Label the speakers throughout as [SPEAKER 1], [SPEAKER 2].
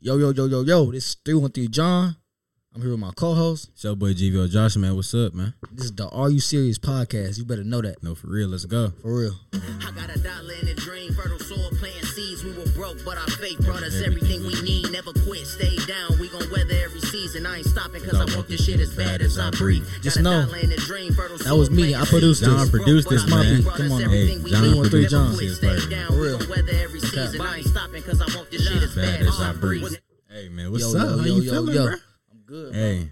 [SPEAKER 1] Yo, yo, yo, yo, yo. This is 313 John. I'm here with my co host.
[SPEAKER 2] It's your boy GVO Josh, man. What's up, man?
[SPEAKER 1] This is the Are You Serious podcast. You better know that.
[SPEAKER 2] No, for real. Let's go.
[SPEAKER 1] For real.
[SPEAKER 3] I got a dollar in the dream, fertile soil, planting seeds. We were broke, but our faith brought us everything we need. Never quit, stay down. We gon' weather every season. I ain't stopping cause I want this shit as bad as I breathe.
[SPEAKER 1] Just
[SPEAKER 3] Got a
[SPEAKER 1] know,
[SPEAKER 3] dollar in the dream, fertile
[SPEAKER 1] that was
[SPEAKER 3] soil,
[SPEAKER 1] me. I
[SPEAKER 3] planting
[SPEAKER 1] produced
[SPEAKER 3] seeds.
[SPEAKER 2] this. John produced
[SPEAKER 3] Broke,
[SPEAKER 2] this,
[SPEAKER 3] but our
[SPEAKER 2] man.
[SPEAKER 3] faith brought
[SPEAKER 1] Come
[SPEAKER 3] us
[SPEAKER 1] on,
[SPEAKER 3] everything
[SPEAKER 2] hey,
[SPEAKER 3] we
[SPEAKER 2] John
[SPEAKER 3] need.
[SPEAKER 2] produced
[SPEAKER 3] Never
[SPEAKER 2] John.
[SPEAKER 3] quit,
[SPEAKER 2] Yes,
[SPEAKER 3] stay
[SPEAKER 2] baby.
[SPEAKER 3] down.
[SPEAKER 1] For
[SPEAKER 3] We
[SPEAKER 1] real.
[SPEAKER 3] gon' weather every season. I ain't stopping cause I want this shit as bad as I breathe.
[SPEAKER 2] Hey, man. What's
[SPEAKER 1] Yo,
[SPEAKER 2] up?
[SPEAKER 1] yo,
[SPEAKER 2] How
[SPEAKER 1] yo,
[SPEAKER 2] you
[SPEAKER 1] yo,
[SPEAKER 2] feeling,
[SPEAKER 1] yo.
[SPEAKER 2] bro?
[SPEAKER 1] I'm good.
[SPEAKER 2] Hey,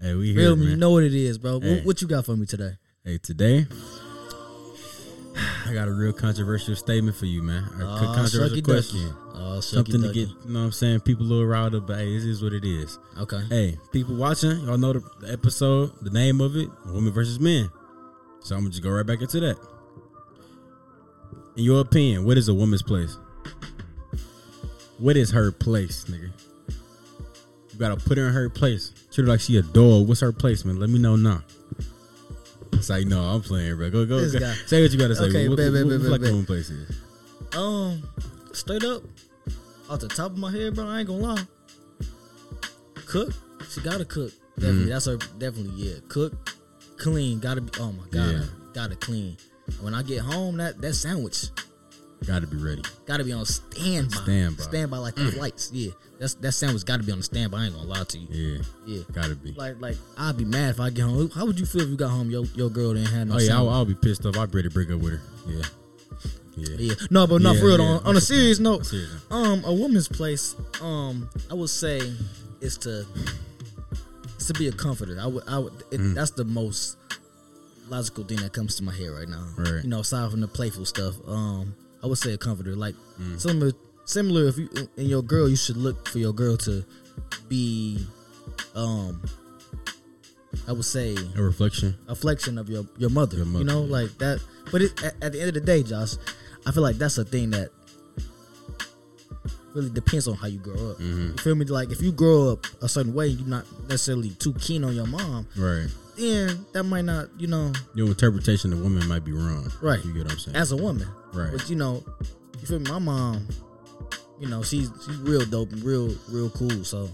[SPEAKER 2] hey, we here,
[SPEAKER 1] Real, you
[SPEAKER 2] man.
[SPEAKER 1] know what it is, bro. What-
[SPEAKER 2] Hey.
[SPEAKER 1] What, you got for me today?
[SPEAKER 2] hey, today I got a real controversial statement for you, man. A
[SPEAKER 1] Ah,
[SPEAKER 2] controversial
[SPEAKER 1] shucky ducky.
[SPEAKER 2] question.
[SPEAKER 1] Oh, shucky
[SPEAKER 2] Something to
[SPEAKER 1] ducky.
[SPEAKER 2] get, you know what I'm saying, people a little riled up, but hey, this is what it is.
[SPEAKER 1] Okay.
[SPEAKER 2] Hey, people watching, y'all know the the episode, the name of it, Women versus Men. So I'm gonna just go right back into that. In your opinion, what is a woman's place? What is her place, nigga? You gotta put her in her place. Treat her like she a dog. What's her place, man? Let me know now. It's like, no, I'm playing, bro. Go, go,
[SPEAKER 1] This
[SPEAKER 2] go.
[SPEAKER 1] guy.
[SPEAKER 2] Say what you gotta say.
[SPEAKER 1] Okay,
[SPEAKER 2] what,
[SPEAKER 1] bet,
[SPEAKER 2] what,
[SPEAKER 1] bet,
[SPEAKER 2] what
[SPEAKER 1] bet,
[SPEAKER 2] you feel like
[SPEAKER 1] bet,
[SPEAKER 2] a woman's place is?
[SPEAKER 1] Um, straight up, off the top of my head, bro, I ain't gonna lie. Cook, she gotta cook.
[SPEAKER 2] Mm.
[SPEAKER 1] Definitely, that's her. Definitely, yeah. Cook, clean, gotta be. Oh my god,
[SPEAKER 2] Yeah.
[SPEAKER 1] gotta clean. When I get home, that that sandwich
[SPEAKER 2] Gotta be ready.
[SPEAKER 1] gotta be on standby.
[SPEAKER 2] Standby. Mm.
[SPEAKER 1] standby like the flights. Yeah, that's that sandwich gotta be on the standby. I ain't gonna lie to you.
[SPEAKER 2] Yeah,
[SPEAKER 1] Yeah,
[SPEAKER 2] gotta be.
[SPEAKER 1] like like I'd be mad if I get home. How would you feel if you got home? Your your girl didn't have no.
[SPEAKER 2] Oh yeah, I'll,
[SPEAKER 1] sandwich?
[SPEAKER 2] I'll be pissed off. I'd ready to break up with her. Yeah, yeah.
[SPEAKER 1] Yeah. No, but no,
[SPEAKER 2] Yeah,
[SPEAKER 1] for real.
[SPEAKER 2] yeah,
[SPEAKER 1] on, on a
[SPEAKER 2] that's the
[SPEAKER 1] serious
[SPEAKER 2] thing.
[SPEAKER 1] note,
[SPEAKER 2] Serious note.
[SPEAKER 1] um, a woman's place, um, I would say, is to is to be a comforter. I would, I would. It,
[SPEAKER 2] Mm.
[SPEAKER 1] That's the most logical thing that comes to my head right now.
[SPEAKER 2] Right.
[SPEAKER 1] You know, aside from the playful stuff, um, I would say a comforter, like
[SPEAKER 2] Mm.
[SPEAKER 1] similar, similar. If you and your girl, you should look for your girl to be, um, I would say
[SPEAKER 2] A reflection.
[SPEAKER 1] a flexion of your your mother.
[SPEAKER 2] Your
[SPEAKER 1] you
[SPEAKER 2] mother,
[SPEAKER 1] know,
[SPEAKER 2] yeah.
[SPEAKER 1] like that. But it, at, at the end of the day, Josh, I feel like that's a thing that really depends on how you grow up.
[SPEAKER 2] Mm-hmm.
[SPEAKER 1] You feel me? Like if you grow up a certain way, you're not necessarily too keen on your mom.
[SPEAKER 2] Right.
[SPEAKER 1] Then that might not, you know,
[SPEAKER 2] Your interpretation of women might be wrong.
[SPEAKER 1] Right.
[SPEAKER 2] You get what I'm saying?
[SPEAKER 1] as a woman.
[SPEAKER 2] Right.
[SPEAKER 1] But you know, you feel me? My mom, you know, she's she's real dope and real real cool. So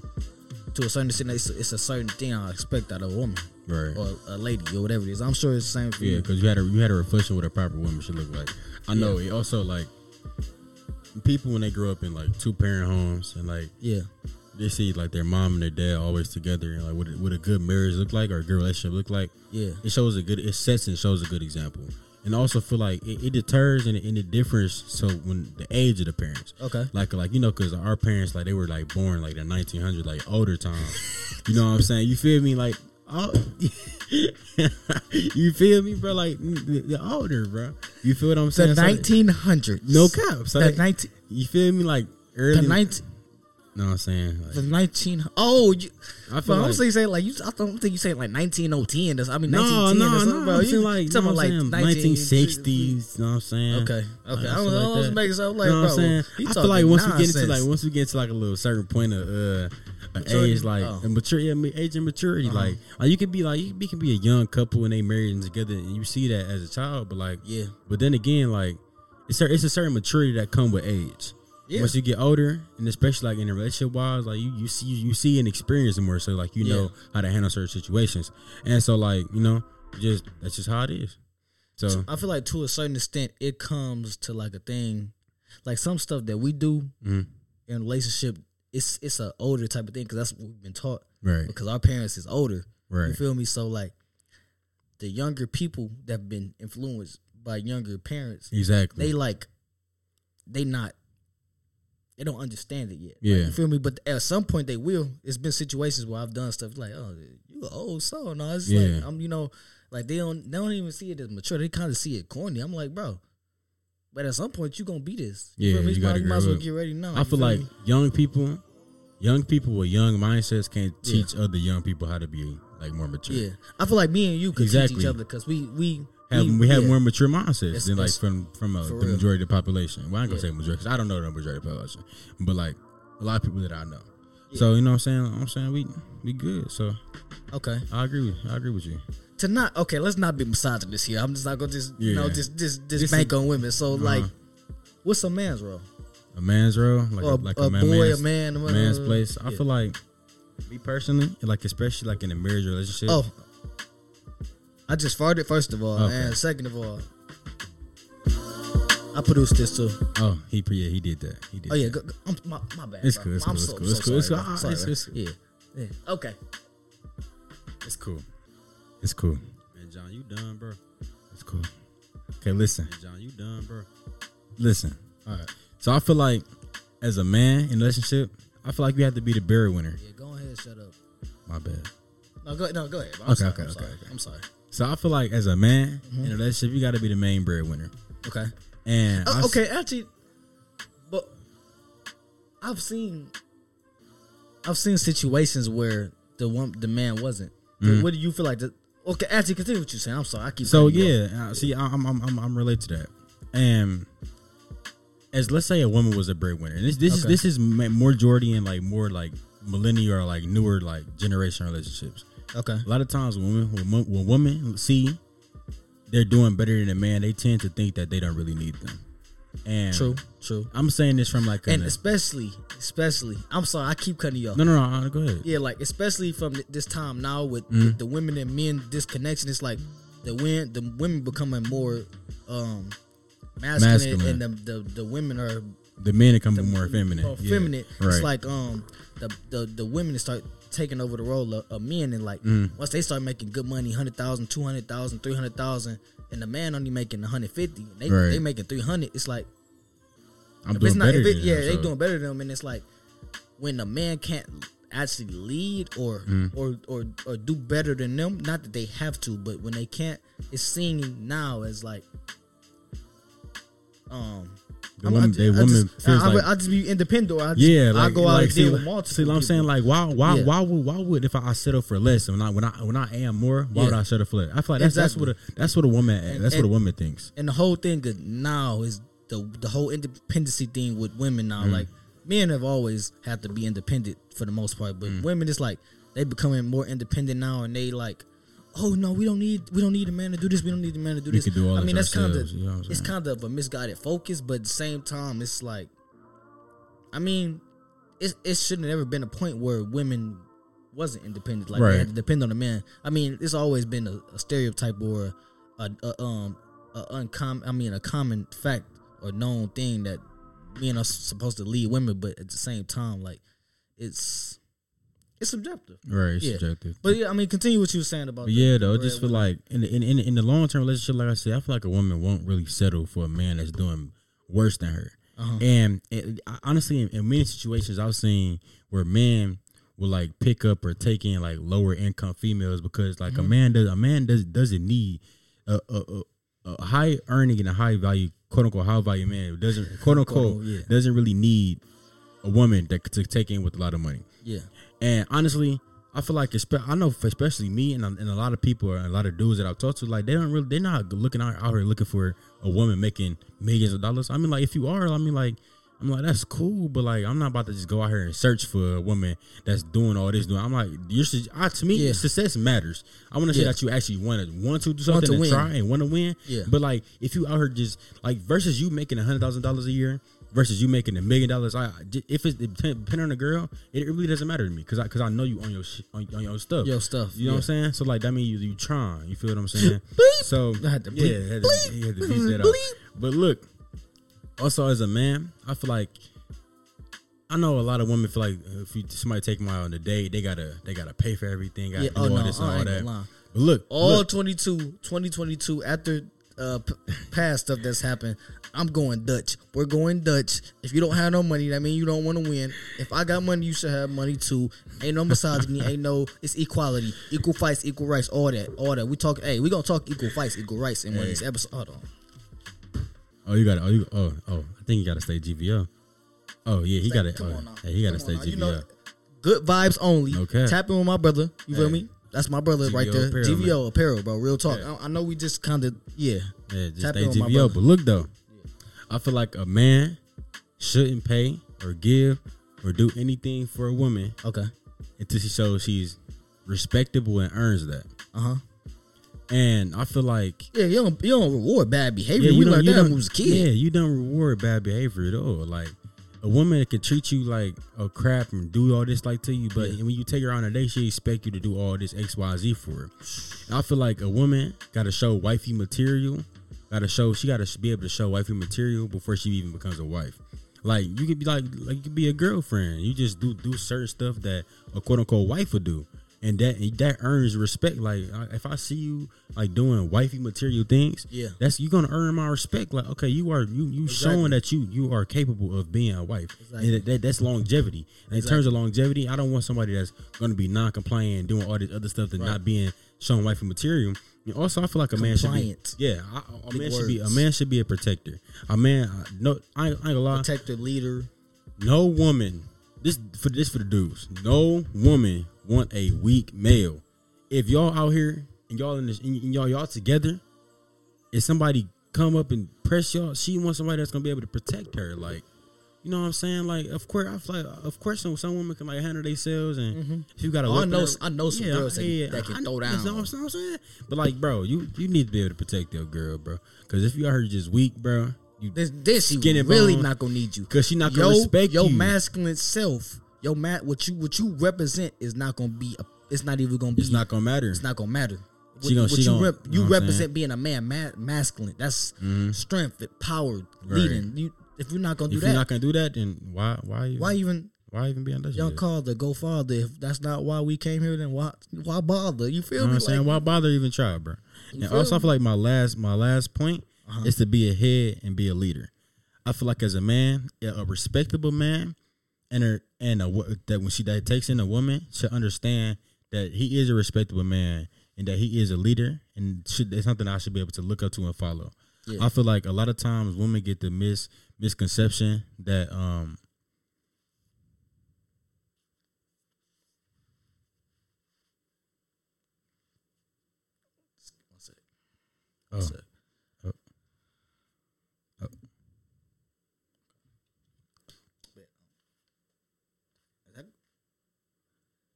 [SPEAKER 1] to a certain extent, it's, it's a certain thing I expect out of a woman
[SPEAKER 2] right.
[SPEAKER 1] or a lady or whatever it is. I'm sure it's the same for
[SPEAKER 2] yeah,
[SPEAKER 1] you.
[SPEAKER 2] because you had a you had a reflection what a proper woman should look like. I know. It also like people when they grow up in like two parent homes and like
[SPEAKER 1] Yeah.
[SPEAKER 2] they see like their mom and their dad always together and like what a- what a good marriage look like or a good relationship look like.
[SPEAKER 1] Yeah.
[SPEAKER 2] It shows a good it sets and shows a good example. And I also feel like it, it deters and it, and it differs so when the age of the parents.
[SPEAKER 1] Okay.
[SPEAKER 2] like like you know because our parents like they were like born like the 1900s like older time you know what i'm saying you feel me like oh you feel me bro like the, the older bro you feel what i'm
[SPEAKER 1] The
[SPEAKER 2] saying So,
[SPEAKER 1] nineteen hundreds.
[SPEAKER 2] no cap so
[SPEAKER 1] the
[SPEAKER 2] they-
[SPEAKER 1] nineteen.
[SPEAKER 2] you feel me like early
[SPEAKER 1] The nineteen.
[SPEAKER 2] know what i'm saying
[SPEAKER 1] The
[SPEAKER 2] Like,
[SPEAKER 1] nineteen. Oh, you,
[SPEAKER 2] i
[SPEAKER 1] but
[SPEAKER 2] feel
[SPEAKER 1] I'm
[SPEAKER 2] like,
[SPEAKER 1] saying say like you. I don't think you saying like nineteen oh ten. That's I mean
[SPEAKER 2] no,
[SPEAKER 1] nineteen ten.
[SPEAKER 2] no,
[SPEAKER 1] or something,
[SPEAKER 2] no.
[SPEAKER 1] bro.
[SPEAKER 2] I'm
[SPEAKER 1] You
[SPEAKER 2] saying
[SPEAKER 1] talking
[SPEAKER 2] like, you know what
[SPEAKER 1] about,
[SPEAKER 2] I'm saying,
[SPEAKER 1] like
[SPEAKER 2] 1960s. You know what I'm saying?
[SPEAKER 1] Okay, okay.
[SPEAKER 2] Like,
[SPEAKER 1] I
[SPEAKER 2] something
[SPEAKER 1] was- I was
[SPEAKER 2] that.
[SPEAKER 1] making sure, I'm like,
[SPEAKER 2] You know what
[SPEAKER 1] bro,
[SPEAKER 2] I'm saying?
[SPEAKER 1] he
[SPEAKER 2] I feel like
[SPEAKER 1] talking
[SPEAKER 2] once we get into
[SPEAKER 1] nonsense.
[SPEAKER 2] like once we get to like a little certain point of uh, an
[SPEAKER 1] Maturity?
[SPEAKER 2] age, like
[SPEAKER 1] Oh. Uh-huh.
[SPEAKER 2] a mature yeah, ma- age and maturity, like, like you could be like you could be, can be a young couple and they married and together, and you see that as a child, but like
[SPEAKER 1] Yeah.
[SPEAKER 2] But then again, like it's a, it's a certain maturity that come with age.
[SPEAKER 1] Yeah.
[SPEAKER 2] Once you get older, and especially like in a relationship wise, like you, you see you see and experience more, so like you
[SPEAKER 1] Yeah.
[SPEAKER 2] know how to handle certain situations, and so like you know, just that's just how it is. So,
[SPEAKER 1] I feel like to a certain extent it comes to like a thing, like some stuff that we do
[SPEAKER 2] mhm.
[SPEAKER 1] in relationship. It's it's an older type of thing because that's what we've been taught
[SPEAKER 2] right,
[SPEAKER 1] because our parents is older. You
[SPEAKER 2] right,
[SPEAKER 1] feel me? So like the younger people that have been influenced by younger parents,
[SPEAKER 2] exactly.
[SPEAKER 1] they like they not they don't understand it yet. Like,
[SPEAKER 2] Yeah.
[SPEAKER 1] you feel me? But at some point they will. It's been situations where I've done stuff like, oh, you an old soul. No, it's like
[SPEAKER 2] Yeah.
[SPEAKER 1] I'm, you know, like they don't they don't even see it as mature. They kind of see it corny. I'm like, bro. But at some point you gonna be this.
[SPEAKER 2] Yeah,
[SPEAKER 1] feel me?
[SPEAKER 2] you
[SPEAKER 1] might-
[SPEAKER 2] gotta
[SPEAKER 1] might as
[SPEAKER 2] grow
[SPEAKER 1] well
[SPEAKER 2] up.
[SPEAKER 1] get ready now.
[SPEAKER 2] I
[SPEAKER 1] You
[SPEAKER 2] feel
[SPEAKER 1] me?
[SPEAKER 2] like young people, young people with young mindsets can teach other young people how to be like more mature.
[SPEAKER 1] yeah, I feel like me and you could teach
[SPEAKER 2] Exactly.
[SPEAKER 1] each other because we we
[SPEAKER 2] Have, we have
[SPEAKER 1] yeah.
[SPEAKER 2] more mature mindsets
[SPEAKER 1] That's-
[SPEAKER 2] than like
[SPEAKER 1] that's-
[SPEAKER 2] from from uh,
[SPEAKER 1] for
[SPEAKER 2] the
[SPEAKER 1] real.
[SPEAKER 2] majority of the population. Well, I ain't gonna
[SPEAKER 1] Yeah.
[SPEAKER 2] say majority 'cause I don't know the majority of the population, but like a lot of people that I know. So you know what I'm saying? I'm saying we we good. So
[SPEAKER 1] Okay.
[SPEAKER 2] I agree with I agree with you.
[SPEAKER 1] to not okay, let's not be misogynist here. I'm just not gonna just you know
[SPEAKER 2] Yeah.
[SPEAKER 1] just
[SPEAKER 2] Uh-huh.
[SPEAKER 1] just just
[SPEAKER 2] This
[SPEAKER 1] bank
[SPEAKER 2] is-
[SPEAKER 1] on women. So like, what's a man's role?
[SPEAKER 2] a man's role, like
[SPEAKER 1] Or
[SPEAKER 2] a,
[SPEAKER 1] a-
[SPEAKER 2] like
[SPEAKER 1] a
[SPEAKER 2] a, man,
[SPEAKER 1] boy, a
[SPEAKER 2] man's,
[SPEAKER 1] man, a man,
[SPEAKER 2] man's
[SPEAKER 1] uh,
[SPEAKER 2] place. I
[SPEAKER 1] yeah.
[SPEAKER 2] feel like me personally, like especially like in a marriage relationship.
[SPEAKER 1] Oh, I just farted. First of all,
[SPEAKER 2] Okay.
[SPEAKER 1] and second of all, I produced this too.
[SPEAKER 2] oh, he yeah, he did that. He did.
[SPEAKER 1] Oh yeah,
[SPEAKER 2] that.
[SPEAKER 1] go, go, I'm, my, my bad.
[SPEAKER 2] It's
[SPEAKER 1] bro.
[SPEAKER 2] cool, it's
[SPEAKER 1] I'm
[SPEAKER 2] cool,
[SPEAKER 1] so,
[SPEAKER 2] it's cool,
[SPEAKER 1] so
[SPEAKER 2] it's cool, it's
[SPEAKER 1] sorry,
[SPEAKER 2] cool.
[SPEAKER 1] bro.
[SPEAKER 2] Ah, it's-
[SPEAKER 1] Sorry,
[SPEAKER 2] it's-
[SPEAKER 1] bro. yeah, yeah. Okay.
[SPEAKER 2] it's cool. It's cool. Man, John, you done, bro. It's cool. Okay, listen. John, you done, bro. Listen. All right. So I feel like as a man in a relationship, I feel like you have to be the beer winner.
[SPEAKER 1] Yeah, go ahead. Shut up.
[SPEAKER 2] My bad.
[SPEAKER 1] No, go no, go ahead. Bro. I'm
[SPEAKER 2] Okay,
[SPEAKER 1] sorry,
[SPEAKER 2] okay,
[SPEAKER 1] I'm
[SPEAKER 2] okay,
[SPEAKER 1] sorry.
[SPEAKER 2] okay.
[SPEAKER 1] I'm sorry.
[SPEAKER 2] So I feel like as a man in a relationship, you got to be the main breadwinner.
[SPEAKER 1] Okay.
[SPEAKER 2] And I
[SPEAKER 1] Uh,
[SPEAKER 2] s-
[SPEAKER 1] okay, actually, but I've seen, I've seen situations where the one the man wasn't.
[SPEAKER 2] Mhm.
[SPEAKER 1] What do you feel like? The, okay, actually, continue what you're saying. I'm sorry. I keep
[SPEAKER 2] So
[SPEAKER 1] cutting you off.
[SPEAKER 2] yeah, uh, see, I- I'm I'm I'm, I'm related to that, and as let's say a woman was a breadwinner, and this this
[SPEAKER 1] Okay.
[SPEAKER 2] is this is ma- more Jordan and like more like millennial or like newer like generation relationships.
[SPEAKER 1] Okay.
[SPEAKER 2] A lot of times, when women when, mo- when women see they're doing better than a man, they tend to think that they don't really need them. And
[SPEAKER 1] True. True.
[SPEAKER 2] I'm saying this from like
[SPEAKER 1] And
[SPEAKER 2] an,
[SPEAKER 1] especially, especially, I'm sorry. I keep cutting you off.
[SPEAKER 2] no no no uh, go ahead
[SPEAKER 1] Yeah, like especially from th- this time now with
[SPEAKER 2] Mm-hmm.
[SPEAKER 1] the, the women and men disconnection, it's like the win the women becoming more um masculine,
[SPEAKER 2] Masculine.
[SPEAKER 1] and the, the the women are
[SPEAKER 2] the men are coming more feminine
[SPEAKER 1] Mm. more
[SPEAKER 2] Yeah,
[SPEAKER 1] feminine.
[SPEAKER 2] right
[SPEAKER 1] It's like um the, the the women start taking over the role of, of men and like
[SPEAKER 2] Mm.
[SPEAKER 1] once they start making good money 100,000 200,000 300,000 and the man only making 150 and they
[SPEAKER 2] Right.
[SPEAKER 1] they making 300 it's like
[SPEAKER 2] I'm
[SPEAKER 1] if it's
[SPEAKER 2] doing
[SPEAKER 1] not,
[SPEAKER 2] better
[SPEAKER 1] if it,
[SPEAKER 2] than
[SPEAKER 1] yeah,
[SPEAKER 2] them,
[SPEAKER 1] they
[SPEAKER 2] so-
[SPEAKER 1] doing better than them, and it's like when a man can't actually lead or
[SPEAKER 2] Mm.
[SPEAKER 1] or or or do better than them. Not that they have to, but when they can't, it's seen now as like, um,
[SPEAKER 2] The
[SPEAKER 1] I'm-
[SPEAKER 2] woman-
[SPEAKER 1] ju-
[SPEAKER 2] they woman
[SPEAKER 1] just,
[SPEAKER 2] feels
[SPEAKER 1] I, I,
[SPEAKER 2] like-
[SPEAKER 1] I just be independent, or I just,
[SPEAKER 2] Yeah, like,
[SPEAKER 1] I go out
[SPEAKER 2] like,
[SPEAKER 1] and
[SPEAKER 2] see,
[SPEAKER 1] deal with multiple.
[SPEAKER 2] See, what I'm
[SPEAKER 1] people.
[SPEAKER 2] saying like, why, why,
[SPEAKER 1] Yeah.
[SPEAKER 2] why would, why would if I, I settle for less and when I, when I, when I am more, why would
[SPEAKER 1] Yeah.
[SPEAKER 2] I settle for less? I feel like that's
[SPEAKER 1] Exactly.
[SPEAKER 2] that's what a, that's what a woman that's what a
[SPEAKER 1] and-
[SPEAKER 2] woman thinks.
[SPEAKER 1] and the whole thing is now is the the whole independency thing with women
[SPEAKER 2] Mm.
[SPEAKER 1] now. Like men have always had to be independent for the most part,
[SPEAKER 2] Mm.
[SPEAKER 1] but women it's like they becoming more independent now, and they like, oh no, we don't need we don't need a man to do this. We don't need a man to do
[SPEAKER 2] We
[SPEAKER 1] this.
[SPEAKER 2] could do all
[SPEAKER 1] I
[SPEAKER 2] this
[SPEAKER 1] mean, that's kind of
[SPEAKER 2] ourselves, you know what I'm
[SPEAKER 1] it's
[SPEAKER 2] saying?
[SPEAKER 1] kind of a misguided focus, but at the same time, it's like, I mean, it it shouldn't have ever been a point where women wasn't independent. Like
[SPEAKER 2] Right.
[SPEAKER 1] they had to depend on a man. I mean, it's always been a, a stereotype or a, a um a uncommon. I mean, a common fact or known thing that men are supposed to lead women, but at the same time, like it's it's subjective.
[SPEAKER 2] Right, it's
[SPEAKER 1] yeah.
[SPEAKER 2] subjective.
[SPEAKER 1] But yeah, I mean, continue what you were saying about.
[SPEAKER 2] But
[SPEAKER 1] the-
[SPEAKER 2] yeah, though, I
[SPEAKER 1] the
[SPEAKER 2] just feel
[SPEAKER 1] breadwinner.
[SPEAKER 2] like in the, in in, in the long term relationship, like I said, I feel like a woman won't really settle for a man that's doing worse than her.
[SPEAKER 1] Uh-huh.
[SPEAKER 2] And it, I- honestly, in, in many situations, I've seen where men will like pick up or take in like lower income females because like
[SPEAKER 1] Mm-hmm.
[SPEAKER 2] a man does a man does doesn't need a a, a a high earning and a high value quote unquote high value man who doesn't quote unquote
[SPEAKER 1] yeah.
[SPEAKER 2] doesn't really need a woman that to take in with a lot of money.
[SPEAKER 1] yeah,
[SPEAKER 2] And honestly, I feel like espe- I know for especially me and, and a lot of people and a lot of dudes that I've talked to, like they don't really they're not looking out, out here looking for a woman making millions of dollars. I mean, like if you are, I mean, like I'm like that's cool, but like I'm not about to just go out here and search for a woman that's doing all this. Doing I'm like your su- I, to me
[SPEAKER 1] Yeah.
[SPEAKER 2] success matters. I want to see
[SPEAKER 1] Yeah.
[SPEAKER 2] that you actually want to want to do something
[SPEAKER 1] to
[SPEAKER 2] and
[SPEAKER 1] win.
[SPEAKER 2] try and want to win.
[SPEAKER 1] Yeah.
[SPEAKER 2] But like if you out here just like versus you making a hundred thousand dollars a year versus you making a million dollars, I I- j- if it's depend- depending on the girl, it really doesn't matter to me because I because I know you on your sh- on, on your stuff.
[SPEAKER 1] Your stuff,
[SPEAKER 2] You know what I'm
[SPEAKER 1] yeah.
[SPEAKER 2] saying? So like that means you you trying. You feel what I'm saying?
[SPEAKER 1] Bleep.
[SPEAKER 2] So
[SPEAKER 1] I had to
[SPEAKER 2] yeah,
[SPEAKER 1] bleep.
[SPEAKER 2] had to, you had to beat that up.
[SPEAKER 1] Bleep.
[SPEAKER 2] But look, also as a man, I feel like I know a lot of women feel like uh, if you, somebody take them out on a date, they gotta they gotta pay for everything, gotta
[SPEAKER 1] Yeah, oh,
[SPEAKER 2] do all
[SPEAKER 1] no,
[SPEAKER 2] this and
[SPEAKER 1] I
[SPEAKER 2] all
[SPEAKER 1] ain't
[SPEAKER 2] that.
[SPEAKER 1] gonna lie.
[SPEAKER 2] But look,
[SPEAKER 1] all
[SPEAKER 2] look,
[SPEAKER 1] 22 2022 after uh p- past stuff that's happened i'm going dutch we're going dutch if you don't have no money that means you don't want to win if i got money you should have money too ain't no misogyny ain't no it's equality equal fights equal rights all that all that we talk hey we gonna talk equal fights equal rights in one of these episodes hold on
[SPEAKER 2] oh you gotta oh you oh oh I think you gotta stay GVO. Oh yeah, he gotta
[SPEAKER 1] Come
[SPEAKER 2] oh,
[SPEAKER 1] on now.
[SPEAKER 2] yeah, he gotta
[SPEAKER 1] Come on
[SPEAKER 2] stay
[SPEAKER 1] now.
[SPEAKER 2] GVO.
[SPEAKER 1] You know, good vibes only.
[SPEAKER 2] No
[SPEAKER 1] Okay.
[SPEAKER 2] cap.
[SPEAKER 1] Tap in with my brother. You feel
[SPEAKER 2] Hey.
[SPEAKER 1] me? That's my brother right
[SPEAKER 2] GVO
[SPEAKER 1] there.
[SPEAKER 2] apparel,
[SPEAKER 1] GVO apparel, bro. Real talk. I, I know we just kind of yeah.
[SPEAKER 2] Yeah, just
[SPEAKER 1] Tap
[SPEAKER 2] stay
[SPEAKER 1] in with my
[SPEAKER 2] GVO.
[SPEAKER 1] brother.
[SPEAKER 2] But look though, I feel like a man shouldn't pay or give or do anything for a woman
[SPEAKER 1] Okay.
[SPEAKER 2] until she shows she's respectable and earns that.
[SPEAKER 1] Uh huh.
[SPEAKER 2] And I feel like
[SPEAKER 1] Yeah, you don't you don't reward bad behavior.
[SPEAKER 2] yeah,
[SPEAKER 1] we
[SPEAKER 2] don't-
[SPEAKER 1] learned that
[SPEAKER 2] don't-
[SPEAKER 1] when we was a kid.
[SPEAKER 2] Yeah, you don't reward bad behavior at all. Like a woman can treat you like a crap and do all this like to you, but
[SPEAKER 1] Yeah.
[SPEAKER 2] when you take her on a date, she expect you to do all this X Y Z for her. And I feel like a woman got to show wifey material. Got to show she got to be able to show wifey material before she even becomes a wife. Like you could be like like you could be a girlfriend. You just do do certain stuff that a quote unquote wife would do, and that and that earns respect. Like I- if I see you like doing wifey material things,
[SPEAKER 1] Yeah.
[SPEAKER 2] that's you gonna earn my respect. Like okay, you are you you
[SPEAKER 1] Exactly.
[SPEAKER 2] showing that you you are capable of being a wife.
[SPEAKER 1] Exactly.
[SPEAKER 2] And that, that- that's longevity. And in terms of longevity, I don't want somebody that's going to be non-compliant and doing all this other stuff and
[SPEAKER 1] Right.
[SPEAKER 2] not being showing wifey material. And also, I feel like a man should be
[SPEAKER 1] Compliant.
[SPEAKER 2] yeah, I, a
[SPEAKER 1] Big
[SPEAKER 2] man should be a
[SPEAKER 1] words.
[SPEAKER 2] man should be a protector. A man, I- no, I, ain't- I ain't gonna lie,
[SPEAKER 1] Protective leader.
[SPEAKER 2] no woman. This for this for the dudes. No woman want a weak male. If y'all out here and y'all in this and y'all y'all together, if somebody come up and press y'all, she wants somebody that's gonna be able to protect her. Like, you know what I'm saying? Like, of course, I feel like, of course, some, some women can like handle themselves, and if you got a
[SPEAKER 1] Oh, I
[SPEAKER 2] weapon
[SPEAKER 1] know-
[SPEAKER 2] out-
[SPEAKER 1] I know some girls that- that can throw
[SPEAKER 2] that's
[SPEAKER 1] down.
[SPEAKER 2] what I'm- what I'm saying. But like, bro, you you need to be able to protect your girl, bro. Because if you out here just weak, bro, you
[SPEAKER 1] This, this she
[SPEAKER 2] Skin and
[SPEAKER 1] really
[SPEAKER 2] bones.
[SPEAKER 1] not gonna need you
[SPEAKER 2] 'Cause she not gonna
[SPEAKER 1] Your-
[SPEAKER 2] respect
[SPEAKER 1] your
[SPEAKER 2] you.
[SPEAKER 1] masculine self. Your mat, what you what you represent is not gonna be. A, it's not even gonna be.
[SPEAKER 2] it's not gonna matter.
[SPEAKER 1] it's not gonna matter.
[SPEAKER 2] She gonna- she
[SPEAKER 1] you
[SPEAKER 2] gonna-
[SPEAKER 1] rep-
[SPEAKER 2] you know
[SPEAKER 1] you
[SPEAKER 2] what I'm
[SPEAKER 1] represent
[SPEAKER 2] saying? Mm-hmm.
[SPEAKER 1] being a man, ma- masculine. That's strength, power,
[SPEAKER 2] Right.
[SPEAKER 1] leading. You if you're not gonna do
[SPEAKER 2] if
[SPEAKER 1] that,
[SPEAKER 2] you're not gonna do that, then why why even,
[SPEAKER 1] why even
[SPEAKER 2] why even be on that?
[SPEAKER 1] y'all
[SPEAKER 2] shit?
[SPEAKER 1] call the go father? If that's not why we came here, then why why bother? You feel
[SPEAKER 2] You know what
[SPEAKER 1] me?
[SPEAKER 2] I'm saying?
[SPEAKER 1] Like,
[SPEAKER 2] Why bother even try, bro? And
[SPEAKER 1] feel Uh-huh.
[SPEAKER 2] also, I
[SPEAKER 1] me?
[SPEAKER 2] feel like my last my last point is to be a head and be a leader. I feel like as a man, a a respectable man, and her and a, wo- that when she that takes in a woman should understand that he is a respectable man and that he is a leader and should that's something I should be able to look up to and follow.
[SPEAKER 1] Yeah.
[SPEAKER 2] I feel like a lot of times women get the mis misconception that um
[SPEAKER 1] One sec,
[SPEAKER 2] oh,
[SPEAKER 1] one sec.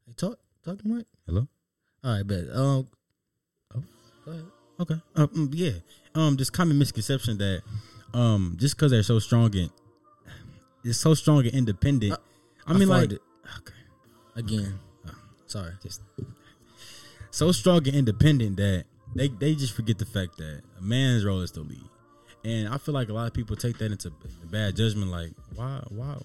[SPEAKER 1] Hey, talk talk Mike.
[SPEAKER 2] hello
[SPEAKER 1] All right, bet. Um,
[SPEAKER 2] Oh.
[SPEAKER 1] go ahead.
[SPEAKER 2] Okay. Um, mm, yeah. Um, this common misconception that um just because they're so strong and it's so strong and independent.
[SPEAKER 1] Uh,
[SPEAKER 2] I
[SPEAKER 1] I
[SPEAKER 2] mean, like,
[SPEAKER 1] farted.
[SPEAKER 2] okay,
[SPEAKER 1] again.
[SPEAKER 2] Oh,
[SPEAKER 1] Sorry.
[SPEAKER 2] just so strong and independent that they they just forget the fact that a man's role is to lead, and I feel like a lot of people take that into bad judgment. Like, why, why,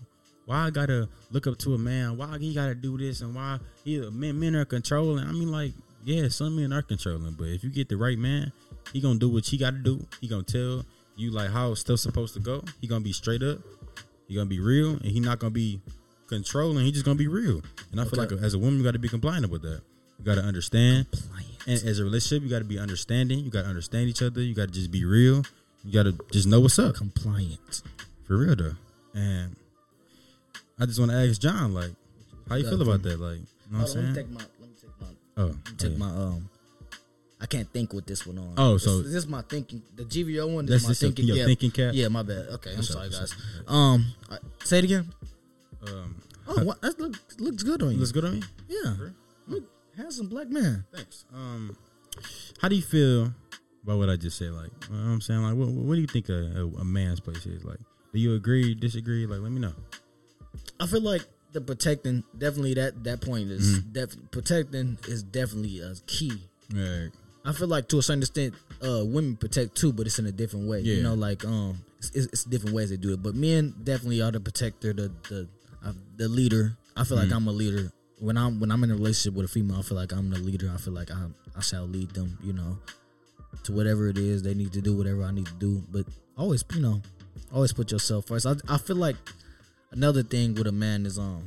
[SPEAKER 2] why I gotta look up to a man? Why he gotta do this? And why he men men are controlling? I mean, like, yeah, some men are controlling, but if you get the right man, he gonna do what he gotta do. He gonna tell you like how stuff's supposed to go. He gonna be straight up. He gonna be real, and he not gonna be controlling. He just gonna be real. And I feel like
[SPEAKER 1] Okay.
[SPEAKER 2] as a woman, you gotta be compliant with that. You gotta understand.
[SPEAKER 1] Lion.
[SPEAKER 2] And as a relationship, you gotta be understanding. You gotta understand each other. You gotta just be real. You gotta just know what's up
[SPEAKER 1] Compliant.
[SPEAKER 2] for real though. And I just want to ask John, like, how you feel about that? Like, you know what
[SPEAKER 1] Hold on,
[SPEAKER 2] I'm
[SPEAKER 1] Oh, let me
[SPEAKER 2] saying?
[SPEAKER 1] take my. Let me take my.
[SPEAKER 2] Oh,
[SPEAKER 1] Take
[SPEAKER 2] yeah.
[SPEAKER 1] my um. I can't think with this one on.
[SPEAKER 2] Oh,
[SPEAKER 1] This-
[SPEAKER 2] so-
[SPEAKER 1] this, is my thinking. The GVO one.
[SPEAKER 2] That's
[SPEAKER 1] This is my
[SPEAKER 2] just your-
[SPEAKER 1] thinking.
[SPEAKER 2] your
[SPEAKER 1] yeah,
[SPEAKER 2] thinking cap?
[SPEAKER 1] Yeah, my bad. Okay, I'm
[SPEAKER 2] That's
[SPEAKER 1] sorry,
[SPEAKER 2] all-
[SPEAKER 1] guys.
[SPEAKER 2] that's
[SPEAKER 1] Um, I- say it again.
[SPEAKER 2] Um,
[SPEAKER 1] Oh, what, that look, looks good on you.
[SPEAKER 2] looks good on me.
[SPEAKER 1] yeah, look, handsome black man.
[SPEAKER 2] Thanks. Um, how do you feel about what I just said? Like, you know what I'm saying, like, what, what do you think a, a, a man's place is? Like, do you agree, disagree? Like, let me know.
[SPEAKER 1] I feel like the protecting definitely that that point is
[SPEAKER 2] Mm-hmm.
[SPEAKER 1] def- protecting is definitely a key.
[SPEAKER 2] Right.
[SPEAKER 1] I feel like to a certain extent, uh, women protect too, but it's in a different way.
[SPEAKER 2] Yeah.
[SPEAKER 1] You know, like um, it's, it's, it's different ways they do it. But men definitely are the protector, the the uh, the leader. I feel like I'm a leader when I'm when I'm in a relationship with a female. I feel like I'm the leader. I feel like I I shall lead them. You know, to whatever it is they need to do, whatever I need to do. But always, you know, always put yourself first. I I feel like another thing with a man is um,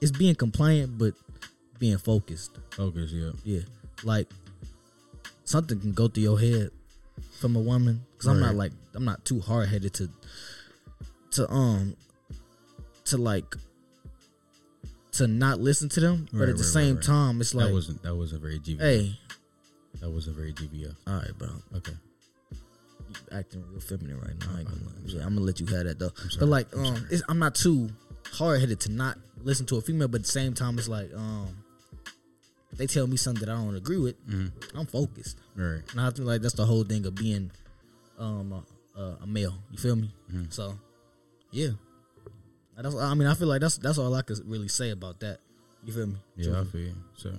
[SPEAKER 1] it's being compliant, but being focused.
[SPEAKER 2] Focus. Yeah.
[SPEAKER 1] Yeah, like something can go through your head from a woman. Cause I'm
[SPEAKER 2] Right.
[SPEAKER 1] not like I'm not too hard headed to to um to like to not listen to them.
[SPEAKER 2] Right,
[SPEAKER 1] but at
[SPEAKER 2] right,
[SPEAKER 1] the same
[SPEAKER 2] right, right.
[SPEAKER 1] time, it's like,
[SPEAKER 2] that wasn't that wasn't very GV.
[SPEAKER 1] hey,
[SPEAKER 2] That wasn't very GVO.
[SPEAKER 1] all right, bro,
[SPEAKER 2] Okay.
[SPEAKER 1] you acting real feminine right now. I ain't gonna,
[SPEAKER 2] I'm
[SPEAKER 1] I'm, yeah, I'm gonna let you have that though.
[SPEAKER 2] sorry,
[SPEAKER 1] But like,
[SPEAKER 2] I'm
[SPEAKER 1] um,
[SPEAKER 2] sorry.
[SPEAKER 1] it's, I'm not too hard headed to not listen to a female. But at the same time, it's like, um, if they tell me something that I don't agree with.
[SPEAKER 2] Mm-hmm.
[SPEAKER 1] I'm focused.
[SPEAKER 2] Right.
[SPEAKER 1] And I feel like that's the whole
[SPEAKER 2] Mm-hmm.
[SPEAKER 1] thing of being um a, a, a male. You feel me? So yeah, I, that's, I mean, I feel like that's that's all I could really say about that. You feel me?
[SPEAKER 2] Yeah, I feel you. So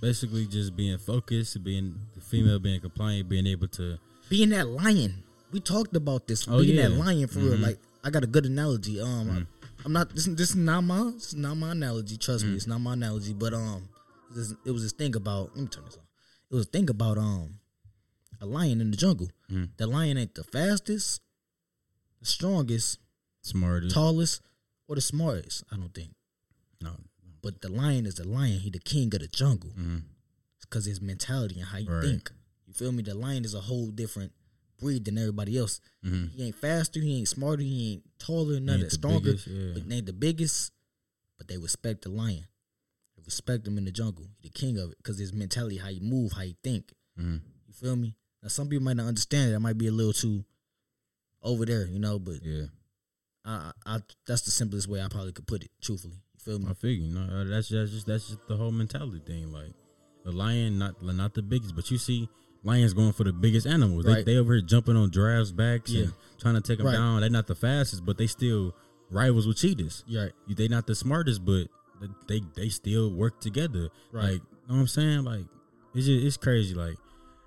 [SPEAKER 2] basically, just being focused, being the female, being compliant, being able to.
[SPEAKER 1] Being that lion, we talked about this.
[SPEAKER 2] Oh,
[SPEAKER 1] being
[SPEAKER 2] yeah. Mm-hmm.
[SPEAKER 1] that lion for real. Like I got a good analogy. Um, I, am not this. This is not my. This is not my analogy. Trust
[SPEAKER 2] Mm.
[SPEAKER 1] me, it's not my analogy. But um, this, it was this thing about. Let me turn this on. It was a thing about um, a lion in the jungle.
[SPEAKER 2] Mm.
[SPEAKER 1] The lion ain't the fastest, the strongest,
[SPEAKER 2] Smartest.
[SPEAKER 1] tallest, or the smartest. I don't think.
[SPEAKER 2] No.
[SPEAKER 1] But the lion is the lion. He the king of the jungle.
[SPEAKER 2] Mhm.
[SPEAKER 1] Because his mentality and how you
[SPEAKER 2] Right.
[SPEAKER 1] think. You feel me? The lion is a whole different breed than everybody else. He ain't faster. He ain't smarter. He ain't taller. None of that.
[SPEAKER 2] ain't Mm-hmm. the
[SPEAKER 1] Stronger.
[SPEAKER 2] biggest, yeah.
[SPEAKER 1] But they ain't the biggest. But they respect the lion. They respect him in the jungle. He the king of it. Because his mentality, how you move, how you think.
[SPEAKER 2] Mhm.
[SPEAKER 1] You feel me? Now some people might not understand it. That might be a little too over there, you know. But
[SPEAKER 2] Yeah.
[SPEAKER 1] I, I, I, that's the simplest way I probably could put it. Truthfully, you feel me?
[SPEAKER 2] I figure. No, uh, that's that's just that's just the whole mentality thing. Like the lion, not not the biggest, but you see lions going for the biggest animals.
[SPEAKER 1] Right.
[SPEAKER 2] They, they over here jumping on giraffes' backs
[SPEAKER 1] Yeah.
[SPEAKER 2] and trying to take them
[SPEAKER 1] Right.
[SPEAKER 2] down. They're not the fastest, but they still rivals with cheetahs.
[SPEAKER 1] You're right.
[SPEAKER 2] They not the smartest, but they they still work together.
[SPEAKER 1] Right.
[SPEAKER 2] Like, know what I'm saying? Like, it's just, it's crazy. Like,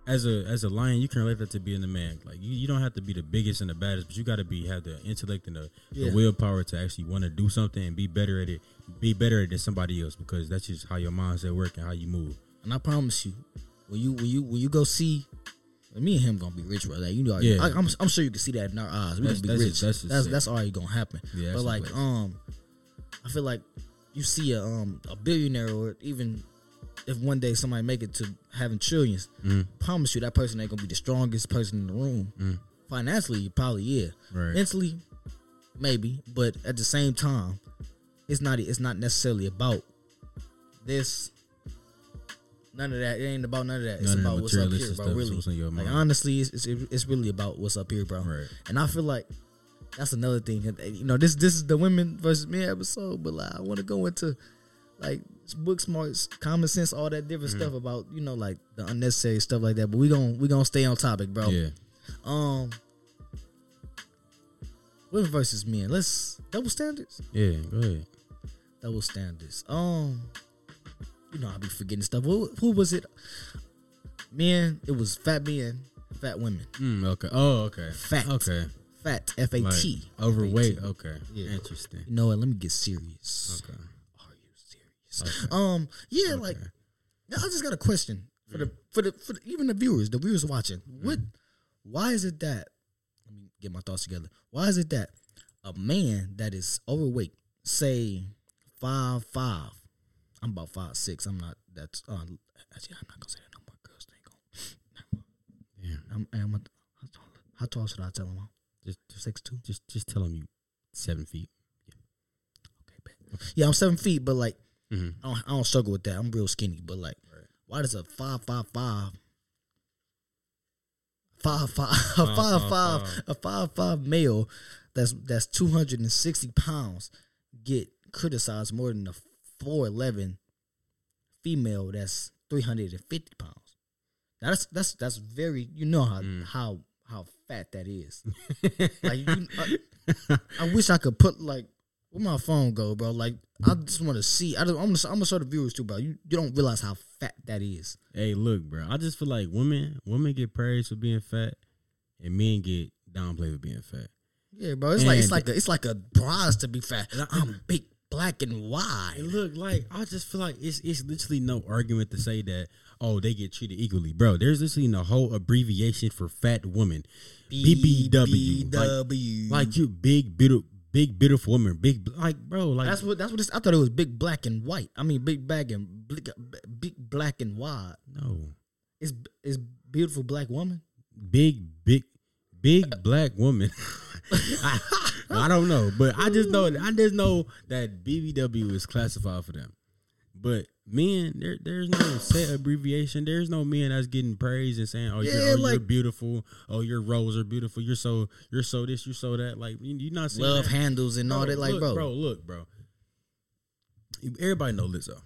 [SPEAKER 2] as a as a lion, you can relate that to being a man. Like, you, you don't have to be the biggest and the baddest, but you got to be have the intellect and the,
[SPEAKER 1] Yeah.
[SPEAKER 2] the willpower to actually want to do something and be better at it. Be better at it than somebody else because that's just how your mindset work and how you move.
[SPEAKER 1] And I promise you, when you when you when you go see, me and him gonna be rich, brother. Like, you know,
[SPEAKER 2] Yeah.
[SPEAKER 1] I, I'm I'm sure you can see that in our eyes. We
[SPEAKER 2] That's-
[SPEAKER 1] gonna be
[SPEAKER 2] that's
[SPEAKER 1] rich.
[SPEAKER 2] just-
[SPEAKER 1] that's
[SPEAKER 2] that's just
[SPEAKER 1] that's,
[SPEAKER 2] sick.
[SPEAKER 1] already gonna happen.
[SPEAKER 2] Yeah,
[SPEAKER 1] but
[SPEAKER 2] that's
[SPEAKER 1] like,
[SPEAKER 2] just-
[SPEAKER 1] um, I feel like you see a um a billionaire or even if one day somebody make it to having trillions,
[SPEAKER 2] Mm.
[SPEAKER 1] promise you that person ain't gonna be the strongest person in the room. Financially, probably yeah.
[SPEAKER 2] Right.
[SPEAKER 1] Mentally, maybe, but at the same time, it's not it's not necessarily about this. None of that. It ain't about none of that. It's
[SPEAKER 2] None of that
[SPEAKER 1] about what's up here,
[SPEAKER 2] materialistic
[SPEAKER 1] bro.
[SPEAKER 2] stuff,
[SPEAKER 1] Really,
[SPEAKER 2] what's in your
[SPEAKER 1] like
[SPEAKER 2] mind.
[SPEAKER 1] honestly, it's, it's it's really about what's up here, bro.
[SPEAKER 2] Right.
[SPEAKER 1] And I feel like that's another thing. that- that, You know, this this is the women versus men episode, but like I want to go into like book smarts, common sense, all that different
[SPEAKER 2] Mm-hmm.
[SPEAKER 1] stuff about you know like the unnecessary stuff like that. But we gonna we gonna stay on topic, bro.
[SPEAKER 2] Yeah,
[SPEAKER 1] Um, women versus men. Let's double standards.
[SPEAKER 2] yeah. Go ahead.
[SPEAKER 1] Double standards. Um, you know I be forgetting stuff. Who, who was it? Men. It was fat men, fat women,
[SPEAKER 2] Mm, okay. Oh, okay.
[SPEAKER 1] Fact.
[SPEAKER 2] Okay.
[SPEAKER 1] fat F A
[SPEAKER 2] Like,
[SPEAKER 1] T.
[SPEAKER 2] overweight. Okay.
[SPEAKER 1] Yeah.
[SPEAKER 2] Interesting.
[SPEAKER 1] You know what? Let me get serious.
[SPEAKER 2] Okay.
[SPEAKER 1] Are you serious? Um, yeah, like
[SPEAKER 2] Okay. Mm.
[SPEAKER 1] now I just got a question for the for the for the, even the viewers, the viewers watching. What? Why is it that? Let me get my thoughts together. Why is it that a man that is overweight, say five five, I'm about five six. I'm not. That's uh, actually I'm not gonna say that no more. Girls think.
[SPEAKER 2] Yeah.
[SPEAKER 1] I'm, I'm a, how, tall, how tall should I tell him?
[SPEAKER 2] Just just
[SPEAKER 1] Six two.
[SPEAKER 2] just just tell them you seven feet.
[SPEAKER 1] Okay, bet. Yeah, I'm seven feet, but like
[SPEAKER 2] Mhm.
[SPEAKER 1] I, don't, I don't struggle with that. I'm real skinny, but like, why does a five five five, five five, a
[SPEAKER 2] Five,
[SPEAKER 1] five
[SPEAKER 2] five,
[SPEAKER 1] five,
[SPEAKER 2] five.
[SPEAKER 1] a five five male that's that's two hundred and sixty pounds get criticized more than a four eleven female that's three hundred and fifty pounds? Now that's that's that's very you know how
[SPEAKER 2] Mm.
[SPEAKER 1] how how fat that is. like you, uh, I- I wish I could put like where my phone go, bro. Like I just want to see. I just, I'm gonna I'm gonna show the viewers too, bro. You you don't realize how fat that is.
[SPEAKER 2] Hey, look, bro. I just feel like women women get praised for being fat, and men get downplayed for being fat.
[SPEAKER 1] Yeah, bro. It's like it's
[SPEAKER 2] And-
[SPEAKER 1] like a, it's like a prize to be fat. I'm big, black, and wide.
[SPEAKER 2] And look, like I just feel like it's it's literally no argument to say that oh they get treated equally, bro. There's literally no whole abbreviation for fat woman, BBW. Like,
[SPEAKER 1] BBW.
[SPEAKER 2] like you big beautiful big beautiful woman, big like bro, like
[SPEAKER 1] that's what that's what it's, I thought it was. Big black and white. I mean, big black and big, big black and wide.
[SPEAKER 2] no
[SPEAKER 1] It's it's beautiful black woman.
[SPEAKER 2] big big big black woman. I, I don't know, but I just know I just know that BBW is classified for them. But men, there there's no set abbreviation. There's no men that's getting praised and saying, "Oh,
[SPEAKER 1] Yeah,
[SPEAKER 2] you're, oh you're
[SPEAKER 1] like-
[SPEAKER 2] beautiful. Oh, your roles are beautiful. You're so you're so this. You're so that." Like you- you're not seeing
[SPEAKER 1] Love
[SPEAKER 2] that.
[SPEAKER 1] handles and all that. Like,
[SPEAKER 2] look,
[SPEAKER 1] bro,
[SPEAKER 2] look, bro. Everybody know Lizzo.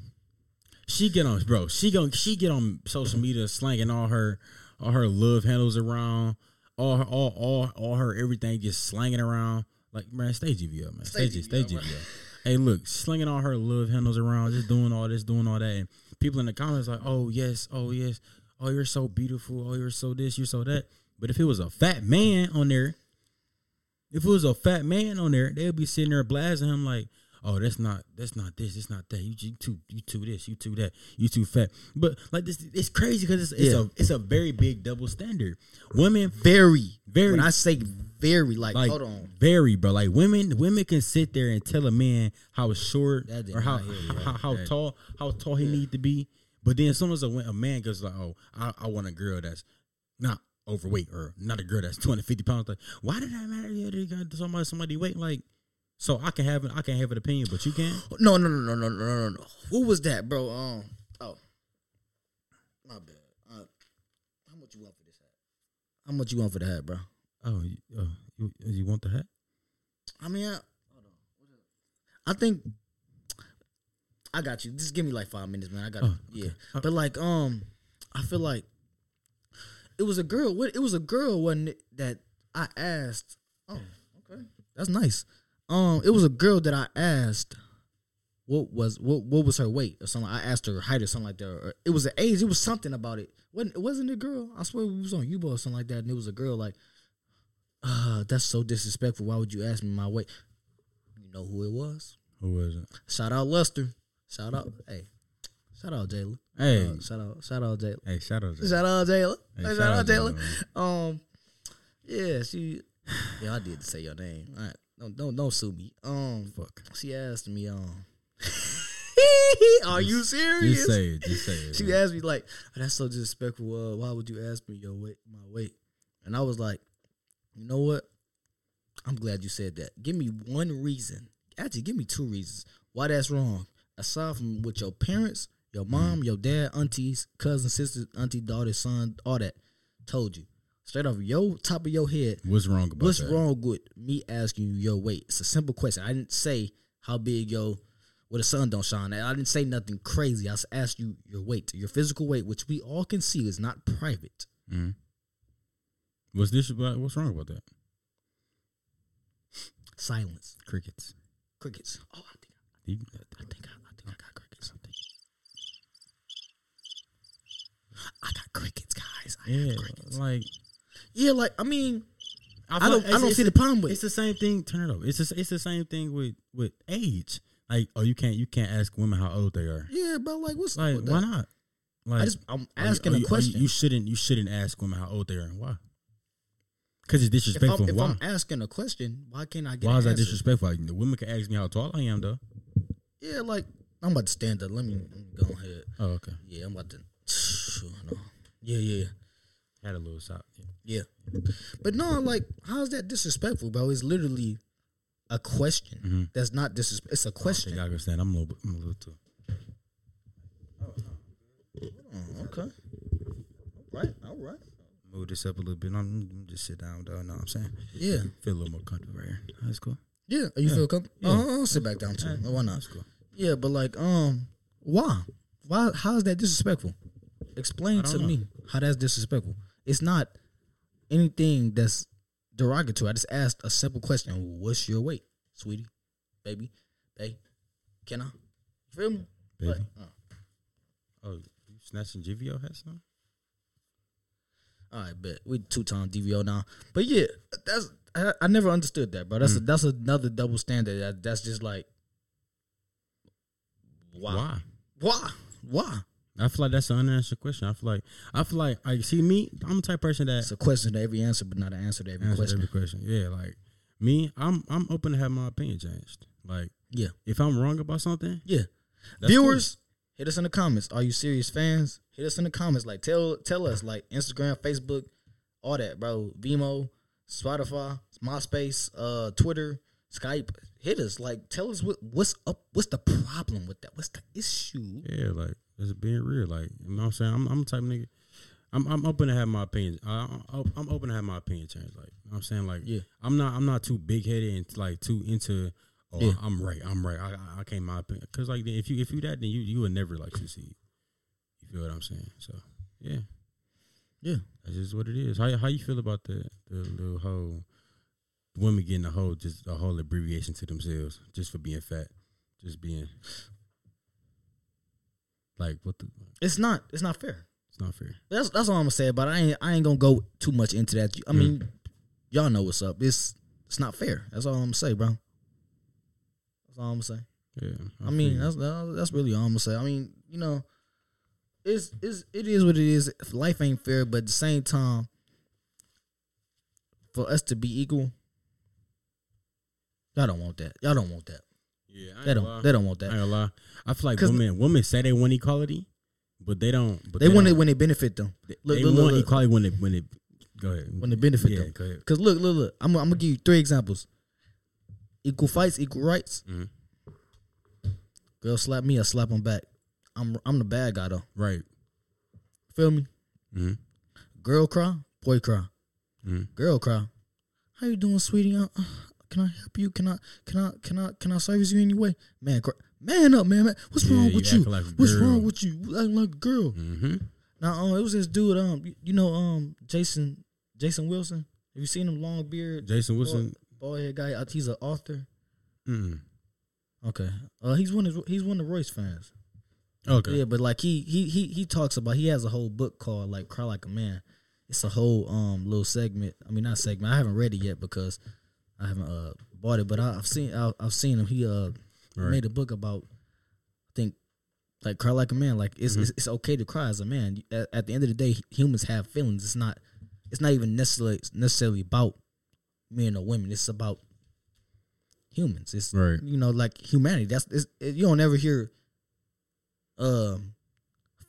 [SPEAKER 2] She get on, bro. She gon' she get on social media slanging all her, all her love handles around, all her, all all all her everything just slanging around. Like man, stay GVL, man.
[SPEAKER 1] Stay
[SPEAKER 2] Stay G- stay
[SPEAKER 1] GVL,
[SPEAKER 2] GVL.
[SPEAKER 1] bro.
[SPEAKER 2] Hey, look, slinging all her love handles around, just doing all this, doing all that. And people in the comments like, oh yes, oh yes, oh you're so beautiful, oh you're so this, you're so that. But if it was a fat man on there, if it was a fat man on there, they'd be sitting there blasting him like, "Oh, that's not, that's not this, that's not that. You, you too, you too this, you too that, you too fat." But like this, it's crazy because it's, it's
[SPEAKER 1] Yeah.
[SPEAKER 2] a, it's a very big double standard. Women, very, very,
[SPEAKER 1] When I say very, like,
[SPEAKER 2] like,
[SPEAKER 1] hold on,
[SPEAKER 2] very, bro. Like women, women can sit there and tell a man how short
[SPEAKER 1] That did
[SPEAKER 2] or how
[SPEAKER 1] not hit me,
[SPEAKER 2] how,
[SPEAKER 1] bro.
[SPEAKER 2] how tall how tall he need to be. But then as soon as a, wo- a man goes like, "Oh, I, I want a girl that's not overweight or not a girl that's 250 pounds," like, why did that matter? Yeah, they got somebody somebody weight like. So I can have an I can have an opinion, but you can't.
[SPEAKER 1] no, no, no, no, no, no, no, no. Who was that, bro? Um, oh, my bad. Uh, how much you want for this hat? How much you want for the hat, bro?
[SPEAKER 2] Oh, you, uh, you, you want the hat?
[SPEAKER 1] I mean, I, hold on. I think I got you. Just give me like five minutes, man. I got
[SPEAKER 2] Oh,
[SPEAKER 1] yeah.
[SPEAKER 2] okay. Uh,
[SPEAKER 1] But like, um, I feel like it was a girl. What it was a girl, wasn't it? That I asked. Oh, okay, that's nice. Um, it was a girl that I asked. What was what? What was her weight or something? I asked her her height or something like that. Or it was an age. It was something about it. wasn't It wasn't a girl. I swear we was on Yubo or something like that, and it was a girl. Like, uh, that's so disrespectful. Why would you ask me my weight? You know who it was?
[SPEAKER 2] Who was it?
[SPEAKER 1] Shout out Lester. Shout out, hey, shout out Jalen.
[SPEAKER 2] Hey,
[SPEAKER 1] Uh, shout out, shout out Jalen.
[SPEAKER 2] hey, shout out. to-
[SPEAKER 1] Shout out Jalen.
[SPEAKER 2] Hey,
[SPEAKER 1] shout,
[SPEAKER 2] shout
[SPEAKER 1] out
[SPEAKER 2] out
[SPEAKER 1] Jalen. Um, yeah, she. Yeah, I did say your name. All right, don't don't don't sue me. Um,
[SPEAKER 2] Fuck.
[SPEAKER 1] she asked me. Um, are you serious?
[SPEAKER 2] Just say it. Just say it.
[SPEAKER 1] She
[SPEAKER 2] man.
[SPEAKER 1] asked me like, "Oh, "That's so disrespectful. Uh, why would you ask me your weight, my weight?" And I was like, "You know what? I'm glad you said that. Give me one reason. Actually, give me two reasons why that's wrong. Aside from with your parents, your mom, your dad, aunties, cousins, sisters, auntie, daughter, son, all that. Told you straight off your top of your head.
[SPEAKER 2] What's wrong about
[SPEAKER 1] What's
[SPEAKER 2] that?
[SPEAKER 1] wrong with me asking you your weight? It's a simple question. I didn't say how big your well the sun don't shine. I didn't say nothing crazy. I s- asked you your weight, your physical weight, which we all can see is not private.
[SPEAKER 2] Mhm. What's this about? What's wrong about that?
[SPEAKER 1] Silence.
[SPEAKER 2] Crickets.
[SPEAKER 1] Crickets. Oh, I think
[SPEAKER 2] You-
[SPEAKER 1] I think I, I think I got crickets. I got crickets, guys. I
[SPEAKER 2] Yeah,
[SPEAKER 1] got crickets.
[SPEAKER 2] like
[SPEAKER 1] Yeah, like I mean, I,
[SPEAKER 2] feel
[SPEAKER 1] don't,
[SPEAKER 2] like
[SPEAKER 1] I
[SPEAKER 2] it's-
[SPEAKER 1] don't
[SPEAKER 2] it's
[SPEAKER 1] see the problem with
[SPEAKER 2] It's
[SPEAKER 1] it.
[SPEAKER 2] the same thing. Turn it over. It's the, it's the same thing with with age. Like, oh, you can't you can't ask women how old they are.
[SPEAKER 1] Yeah, but like, what's
[SPEAKER 2] Like,
[SPEAKER 1] with
[SPEAKER 2] why
[SPEAKER 1] that?
[SPEAKER 2] not? Like,
[SPEAKER 1] I just I'm
[SPEAKER 2] are you-
[SPEAKER 1] asking
[SPEAKER 2] are
[SPEAKER 1] a
[SPEAKER 2] you- are you-
[SPEAKER 1] question.
[SPEAKER 2] You, shouldn't you shouldn't ask women how old they are and why? Because
[SPEAKER 1] if
[SPEAKER 2] it's
[SPEAKER 1] I'm,
[SPEAKER 2] disrespectful.
[SPEAKER 1] if
[SPEAKER 2] why?
[SPEAKER 1] I'm asking a question, why can't I get?
[SPEAKER 2] why
[SPEAKER 1] an
[SPEAKER 2] is that
[SPEAKER 1] answer?
[SPEAKER 2] disrespectful? Like, the women can ask me how tall I am, though.
[SPEAKER 1] Yeah, like I'm about to stand up. Let me, let me go ahead.
[SPEAKER 2] Oh, okay.
[SPEAKER 1] Yeah, I'm about to. No. Yeah, yeah,
[SPEAKER 2] Had a little shot. Yeah.
[SPEAKER 1] yeah. But no, like, how is that disrespectful, bro? It's literally a question.
[SPEAKER 2] Mhm.
[SPEAKER 1] That's not disrespectful. It's a question.
[SPEAKER 2] I understand. I'm a little. bit- I'm a little too.
[SPEAKER 1] Oh, okay. Right. All right.
[SPEAKER 2] Move this up a little bit. I'm, I'm just sit down, though. Know what I'm saying?
[SPEAKER 1] Yeah.
[SPEAKER 2] Feel a little more comfortable right here. That's cool.
[SPEAKER 1] Yeah. You feel comfortable?
[SPEAKER 2] Yeah.
[SPEAKER 1] Oh, I'll sit back down too. Why not?
[SPEAKER 2] That's cool.
[SPEAKER 1] Yeah, but like, um, why? Why? How is that disrespectful? Explain
[SPEAKER 2] don't
[SPEAKER 1] to
[SPEAKER 2] know.
[SPEAKER 1] me how that's disrespectful. It's not anything that's derogatory. I just asked a simple question: What's your weight, sweetie, baby, babe? Can I? Feel me?
[SPEAKER 2] Baby.
[SPEAKER 1] Like, uh,
[SPEAKER 2] Oh, you snatching GVO hats on?
[SPEAKER 1] all right, bet we two time DVO now. But yeah, that's I, I never understood that, bro. That's
[SPEAKER 2] Mm.
[SPEAKER 1] a, that's another double standard. That, that's just like why? Why? Why?
[SPEAKER 2] I feel like that's an unanswered question. I feel like I feel like I see me. I'm the type of person that
[SPEAKER 1] It's a question to every answer, but not an answer to every
[SPEAKER 2] answers
[SPEAKER 1] question.
[SPEAKER 2] every question. Yeah, like me, I'm I'm open to have my opinion changed. Like
[SPEAKER 1] Yeah.
[SPEAKER 2] if I'm wrong about something,
[SPEAKER 1] Yeah.
[SPEAKER 2] That's
[SPEAKER 1] Viewers, hit us in the comments. Are you serious fans? Hit us in the comments. Like tell tell us like Instagram, Facebook, all that, bro. Vimo, Spotify, MySpace, uh, Twitter, Skype. Hit us. Like tell us what, what's up. What's the problem with that? What's the issue?
[SPEAKER 2] yeah, like that's being real. Like you know what I'm saying. I'm I'm the type of nigga. I'm I'm open to have my opinion. I, I, I'm open to have my opinion changed. Like you know what I'm saying, like
[SPEAKER 1] Yeah.
[SPEAKER 2] I'm not I'm not too big headed and like too into. Oh,
[SPEAKER 1] Yeah.
[SPEAKER 2] I- I'm right. I'm right. I I- I can't my opinion because like if you if you that then you you would never like succeed. You feel what I'm saying? So yeah.
[SPEAKER 1] Yeah.
[SPEAKER 2] That's just what it is. How how you feel about the the little whole women getting a whole just a whole abbreviation to themselves just for being fat, just being like what the
[SPEAKER 1] It's not. It's not fair.
[SPEAKER 2] it's not fair.
[SPEAKER 1] That's that's all I'm gonna say. But I ain't I ain't gonna go too much into that. I mean, y'all know what's up. It's it's not fair. That's all I'm gonna say, bro. That's all I'm gonna say.
[SPEAKER 2] Yeah,
[SPEAKER 1] I
[SPEAKER 2] feel
[SPEAKER 1] mean,
[SPEAKER 2] you.
[SPEAKER 1] that's that's that's really all I'm gonna say. I mean, you know, it's it's it is what it is. Life ain't fair, but at the same time, for us to be equal, y'all don't want that. Y'all don't want that.
[SPEAKER 2] yeah, I ain't
[SPEAKER 1] They
[SPEAKER 2] gonna lie.
[SPEAKER 1] don't. They don't want
[SPEAKER 2] I ain't
[SPEAKER 1] that.
[SPEAKER 2] gonna lie. I feel like
[SPEAKER 1] 'Cause-
[SPEAKER 2] women women say they want equality, but they don't. But
[SPEAKER 1] They want it
[SPEAKER 2] don't-
[SPEAKER 1] when they benefit them. Look,
[SPEAKER 2] they
[SPEAKER 1] look, look,
[SPEAKER 2] want
[SPEAKER 1] look.
[SPEAKER 2] equality when it when it go ahead
[SPEAKER 1] When they benefit
[SPEAKER 2] yeah
[SPEAKER 1] them.
[SPEAKER 2] go ahead.
[SPEAKER 1] Cause look, look, look. I'm, I'm gonna give you three examples. Equal fights, equal rights.
[SPEAKER 2] Mhm. Mm-hmm.
[SPEAKER 1] Girl slap me, I slap him back. I'm I'm the bad guy though.
[SPEAKER 2] Right.
[SPEAKER 1] Feel me?
[SPEAKER 2] hmm
[SPEAKER 1] Girl cry, boy cry.
[SPEAKER 2] Mhm.
[SPEAKER 1] Girl cry. How you doing, sweetie? Uh, uh, can I help you? Can I can I can I can I service you anyway? Man, cry. man up, man. man. What's
[SPEAKER 2] Yeah,
[SPEAKER 1] wrong
[SPEAKER 2] you
[SPEAKER 1] with you?
[SPEAKER 2] acting like a
[SPEAKER 1] What's
[SPEAKER 2] girl.
[SPEAKER 1] wrong with you? You Acting like a girl.
[SPEAKER 2] hmm
[SPEAKER 1] Now, um, it was this dude. Um, you, you know, um, Jason Jason Wilson. Have you seen him? Long beard.
[SPEAKER 2] Jason Wilson.
[SPEAKER 1] bald head guy. uh, He's an author.
[SPEAKER 2] Mm.
[SPEAKER 1] Okay, uh, he's one of he's one of Royce fans.
[SPEAKER 2] Okay.
[SPEAKER 1] Yeah, but like he he he he talks about he has a whole book called like Cry Like a Man. It's a whole um little segment. I mean, not segment. I haven't read it yet because I haven't uh bought it. But I, I've seen I, I've seen him. He uh
[SPEAKER 2] Right.
[SPEAKER 1] made a book about I think like cry like a man. Like it's
[SPEAKER 2] Mhm.
[SPEAKER 1] it's, it's okay to cry as a man. You- At, at the end of the day, humans have feelings. It's not it's not even necessarily necessarily about men or women. It's about humans. It's
[SPEAKER 2] Right.
[SPEAKER 1] you know like humanity. That's it's, it, you don't ever hear um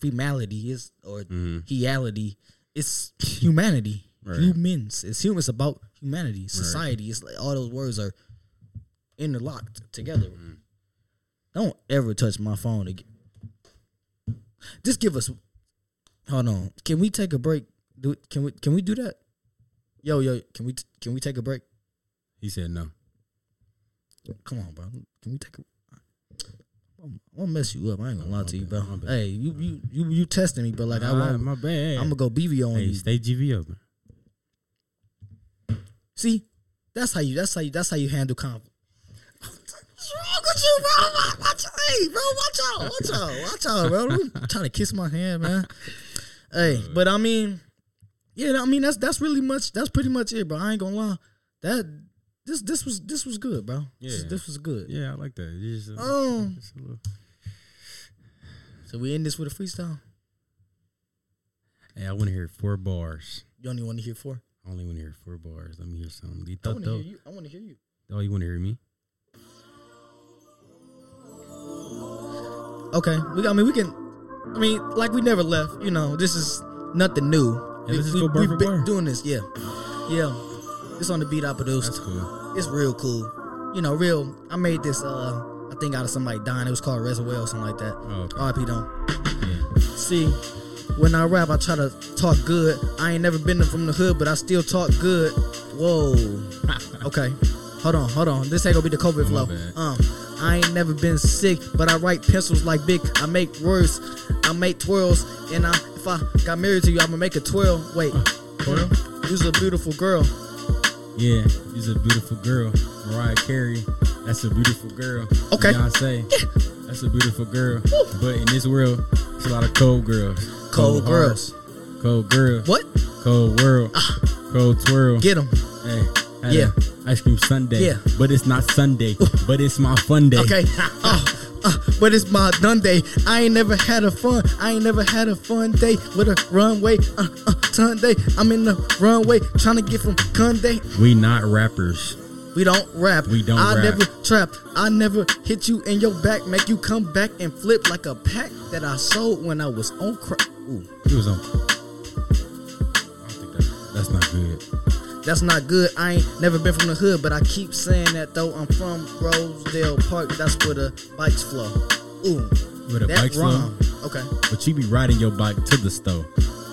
[SPEAKER 1] femality is or
[SPEAKER 2] Mhm.
[SPEAKER 1] heality. It's humanity.
[SPEAKER 2] Right.
[SPEAKER 1] Humans. It's humans about humanity. Society. It's like all those words are interlocked together. Don't ever touch my phone again. Just give us. Hold on. Can we take a break? Do can we can we do that? Yo yo. Can we can we take a break?
[SPEAKER 2] He said no.
[SPEAKER 1] Come on, bro. Can we take a? I'm gonna mess you up. I ain't gonna lie
[SPEAKER 2] Oh, My
[SPEAKER 1] to you,
[SPEAKER 2] bad,
[SPEAKER 1] bro.
[SPEAKER 2] my bad.
[SPEAKER 1] Hey, you you you you testing me, but like I
[SPEAKER 2] Ah,
[SPEAKER 1] won't.
[SPEAKER 2] my bad.
[SPEAKER 1] I'm gonna go BVO on
[SPEAKER 2] hey,
[SPEAKER 1] you.
[SPEAKER 2] stay GVO, man.
[SPEAKER 1] See, that's how you. That's how you. That's how you handle conflict. What's wrong with you, bro? Watch, watch, hey, bro, watch out, watch out, watch out, bro. You Trying to kiss my hand, man. Hey, but I mean, yeah, I mean that's that's really much. That's pretty much it, bro. I ain't gonna lie. That this this was this was good, bro. This,
[SPEAKER 2] Yeah.
[SPEAKER 1] this was good.
[SPEAKER 2] Yeah, I like that. You just, uh,
[SPEAKER 1] Um,
[SPEAKER 2] just a little-
[SPEAKER 1] so we end this with a freestyle.
[SPEAKER 2] Hey, I want to hear four bars.
[SPEAKER 1] You only want to hear four.
[SPEAKER 2] I only want to hear four bars. Let me hear something. You
[SPEAKER 1] I
[SPEAKER 2] thought
[SPEAKER 1] want to
[SPEAKER 2] though-
[SPEAKER 1] hear you. I want to hear you.
[SPEAKER 2] Oh, you want to hear me?
[SPEAKER 1] Okay, we. I mean, we can. I mean, like we never left. You know, this is nothing new.
[SPEAKER 2] Yeah, let's just
[SPEAKER 1] we,
[SPEAKER 2] go bar
[SPEAKER 1] have
[SPEAKER 2] for
[SPEAKER 1] been
[SPEAKER 2] bar.
[SPEAKER 1] doing this. Yeah, yeah. It's on the beat I produced.
[SPEAKER 2] That's cool.
[SPEAKER 1] it's real cool. You know, real. I made this. Uh, I think out of somebody dying. It was called Reservoir or something like that.
[SPEAKER 2] Oh, okay.
[SPEAKER 1] R.I.P. Don.
[SPEAKER 2] Yeah.
[SPEAKER 1] See, when I rap, I try to talk good. I ain't never been from the hood, but I still talk good. Whoa. okay. Hold on, hold on. This ain't gonna be the COVID flow.
[SPEAKER 2] bad.
[SPEAKER 1] Um, I ain't never been sick, but I write pencils like big. I make words, I make twirls, and I if I got married to you, I'ma make a twirl. Wait, twirl? You's a beautiful girl.
[SPEAKER 2] Yeah, she's a beautiful girl. Mariah Carey, that's a beautiful girl.
[SPEAKER 1] Okay.
[SPEAKER 2] Beyonce, that's a beautiful girl. But in this world, it's a lot of cold girls.
[SPEAKER 1] Cold
[SPEAKER 2] hearts, Cold girls.
[SPEAKER 1] What? Ah.
[SPEAKER 2] Cold world. Cold twirl.
[SPEAKER 1] Get him.
[SPEAKER 2] hey, had
[SPEAKER 1] Yeah.
[SPEAKER 2] a Ice cream Sunday.
[SPEAKER 1] Yeah.
[SPEAKER 2] But it's not Sunday. But it's my fun day.
[SPEAKER 1] Okay. Oh, uh, but it's my done day. I ain't never had a fun. I ain't never had a fun day with a runway. Uh, uh, ton day. I'm in the runway trying to get from Conde.
[SPEAKER 2] We not rappers.
[SPEAKER 1] We don't rap.
[SPEAKER 2] We don't
[SPEAKER 1] I
[SPEAKER 2] rap.
[SPEAKER 1] never trap. I never hit you in your back. Make you come back and flip like a pack that I sold when I was on crack. Ooh,
[SPEAKER 2] He was on. I don't think that, that's not good.
[SPEAKER 1] that's not good. I ain't never been from the hood, but I keep saying that though. I'm from Rosedale Park. That's where the bikes flow. Ooh,
[SPEAKER 2] Where the
[SPEAKER 1] that
[SPEAKER 2] bikes flow?
[SPEAKER 1] rhyme. Okay.
[SPEAKER 2] But you be riding your bike to the store.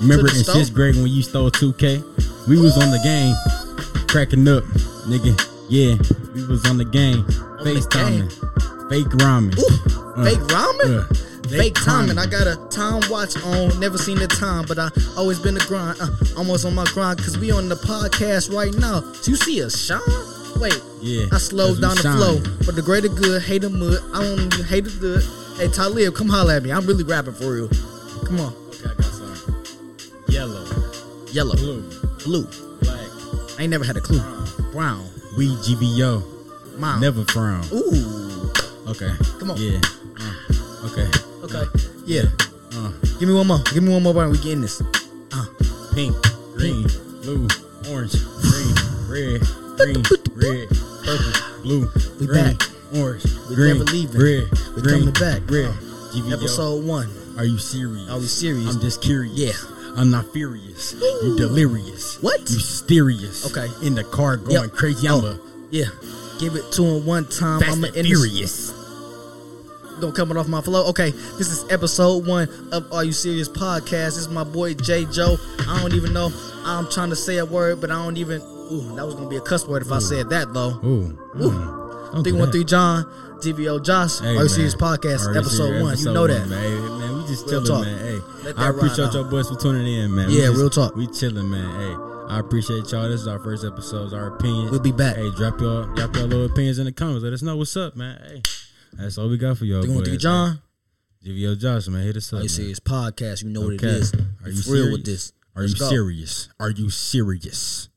[SPEAKER 2] Remember
[SPEAKER 1] To the
[SPEAKER 2] in
[SPEAKER 1] store?
[SPEAKER 2] sixth grade when you stole 2K? We was on the game, cracking up, nigga. Yeah, we was on the game,
[SPEAKER 1] the
[SPEAKER 2] FaceTiming, fake rhyming.
[SPEAKER 1] Ooh,
[SPEAKER 2] Uh,
[SPEAKER 1] fake ramen?
[SPEAKER 2] uh,
[SPEAKER 1] Fake timing, I got a time watch on. Never seen the time, but I always been the grind. Uh, almost on my grind, cause we on the podcast right now. Do you see us shine? Wait,
[SPEAKER 2] Yeah,
[SPEAKER 1] I slowed down
[SPEAKER 2] that's
[SPEAKER 1] the
[SPEAKER 2] what I'm
[SPEAKER 1] flow.
[SPEAKER 2] saying.
[SPEAKER 1] But the greater good, hate the mud. I don't even hate the good. Hey, Talib, come holla at me. I'm really rapping for real. Come on.
[SPEAKER 2] Okay, I got some. Yellow,
[SPEAKER 1] Yellow,
[SPEAKER 2] blue,
[SPEAKER 1] blue.
[SPEAKER 2] black,
[SPEAKER 1] I ain't never had a clue.
[SPEAKER 2] Brown.
[SPEAKER 1] Brown.
[SPEAKER 2] we GBO,
[SPEAKER 1] Mom.
[SPEAKER 2] never frown.
[SPEAKER 1] Ooh.
[SPEAKER 2] Okay,
[SPEAKER 1] Come on.
[SPEAKER 2] Yeah. Uh, okay.
[SPEAKER 1] Okay. Yeah.
[SPEAKER 2] Uh,
[SPEAKER 1] Give me one more. Give me one more button. We getting this. Uh.
[SPEAKER 2] pink, green, blue, orange, green, red, green, red, purple, blue,
[SPEAKER 1] We
[SPEAKER 2] green,
[SPEAKER 1] back.
[SPEAKER 2] orange,
[SPEAKER 1] We
[SPEAKER 2] green,
[SPEAKER 1] never leaving.
[SPEAKER 2] red,
[SPEAKER 1] We
[SPEAKER 2] green,
[SPEAKER 1] coming back.
[SPEAKER 2] red.
[SPEAKER 1] Uh,
[SPEAKER 2] GBO.
[SPEAKER 1] Episode one.
[SPEAKER 2] Are you serious?
[SPEAKER 1] Are we serious?
[SPEAKER 2] I'm just curious.
[SPEAKER 1] Yeah.
[SPEAKER 2] I'm not furious. You delirious.
[SPEAKER 1] What?
[SPEAKER 2] You serious.
[SPEAKER 1] Okay.
[SPEAKER 2] In the car going
[SPEAKER 1] Yep.
[SPEAKER 2] crazy. I'm a
[SPEAKER 1] Yeah. Give it to him one time.
[SPEAKER 2] fast
[SPEAKER 1] I'm
[SPEAKER 2] and furious.
[SPEAKER 1] Don't come off my flow. Okay, this is episode one of Are You Serious podcast. This is my boy J Joe. I don't even know. I'm trying to say a word, but I don't even. Ooh, that was gonna be a cuss word if I said that though.
[SPEAKER 2] Ooh.
[SPEAKER 1] Ooh.
[SPEAKER 2] Don't
[SPEAKER 1] Three
[SPEAKER 2] do
[SPEAKER 1] one
[SPEAKER 2] that.
[SPEAKER 1] three John, GBO Josh.
[SPEAKER 2] Hey,
[SPEAKER 1] Are You
[SPEAKER 2] man.
[SPEAKER 1] Serious podcast,
[SPEAKER 2] Are You
[SPEAKER 1] episode
[SPEAKER 2] Serious?
[SPEAKER 1] one.
[SPEAKER 2] Episode
[SPEAKER 1] you know that.
[SPEAKER 2] one, man. Hey, man, we just
[SPEAKER 1] Real
[SPEAKER 2] chilling,
[SPEAKER 1] talk.
[SPEAKER 2] man. Hey,
[SPEAKER 1] Let that
[SPEAKER 2] I
[SPEAKER 1] ride
[SPEAKER 2] appreciate
[SPEAKER 1] out.
[SPEAKER 2] y'all boys for tuning in, man. We
[SPEAKER 1] Yeah,
[SPEAKER 2] just-
[SPEAKER 1] real talk.
[SPEAKER 2] We chilling, man. Hey, I appreciate y'all. This is our first episode. Our opinions.
[SPEAKER 1] We'll be back.
[SPEAKER 2] Hey, drop y'all, drop y'all little opinions in the comments. Let us know what's up, man. Hey, that's all we got for y'all.
[SPEAKER 1] Three one three
[SPEAKER 2] boys,
[SPEAKER 1] John.
[SPEAKER 2] man. GVO Josh, man, hit us up.
[SPEAKER 1] Are You
[SPEAKER 2] man.
[SPEAKER 1] Serious podcast. You know what it
[SPEAKER 2] Okay.
[SPEAKER 1] is.
[SPEAKER 2] Are
[SPEAKER 1] Are
[SPEAKER 2] you
[SPEAKER 1] you real with
[SPEAKER 2] serious?
[SPEAKER 1] this?
[SPEAKER 2] Are
[SPEAKER 1] Let's
[SPEAKER 2] you
[SPEAKER 1] go.
[SPEAKER 2] serious? Are you serious?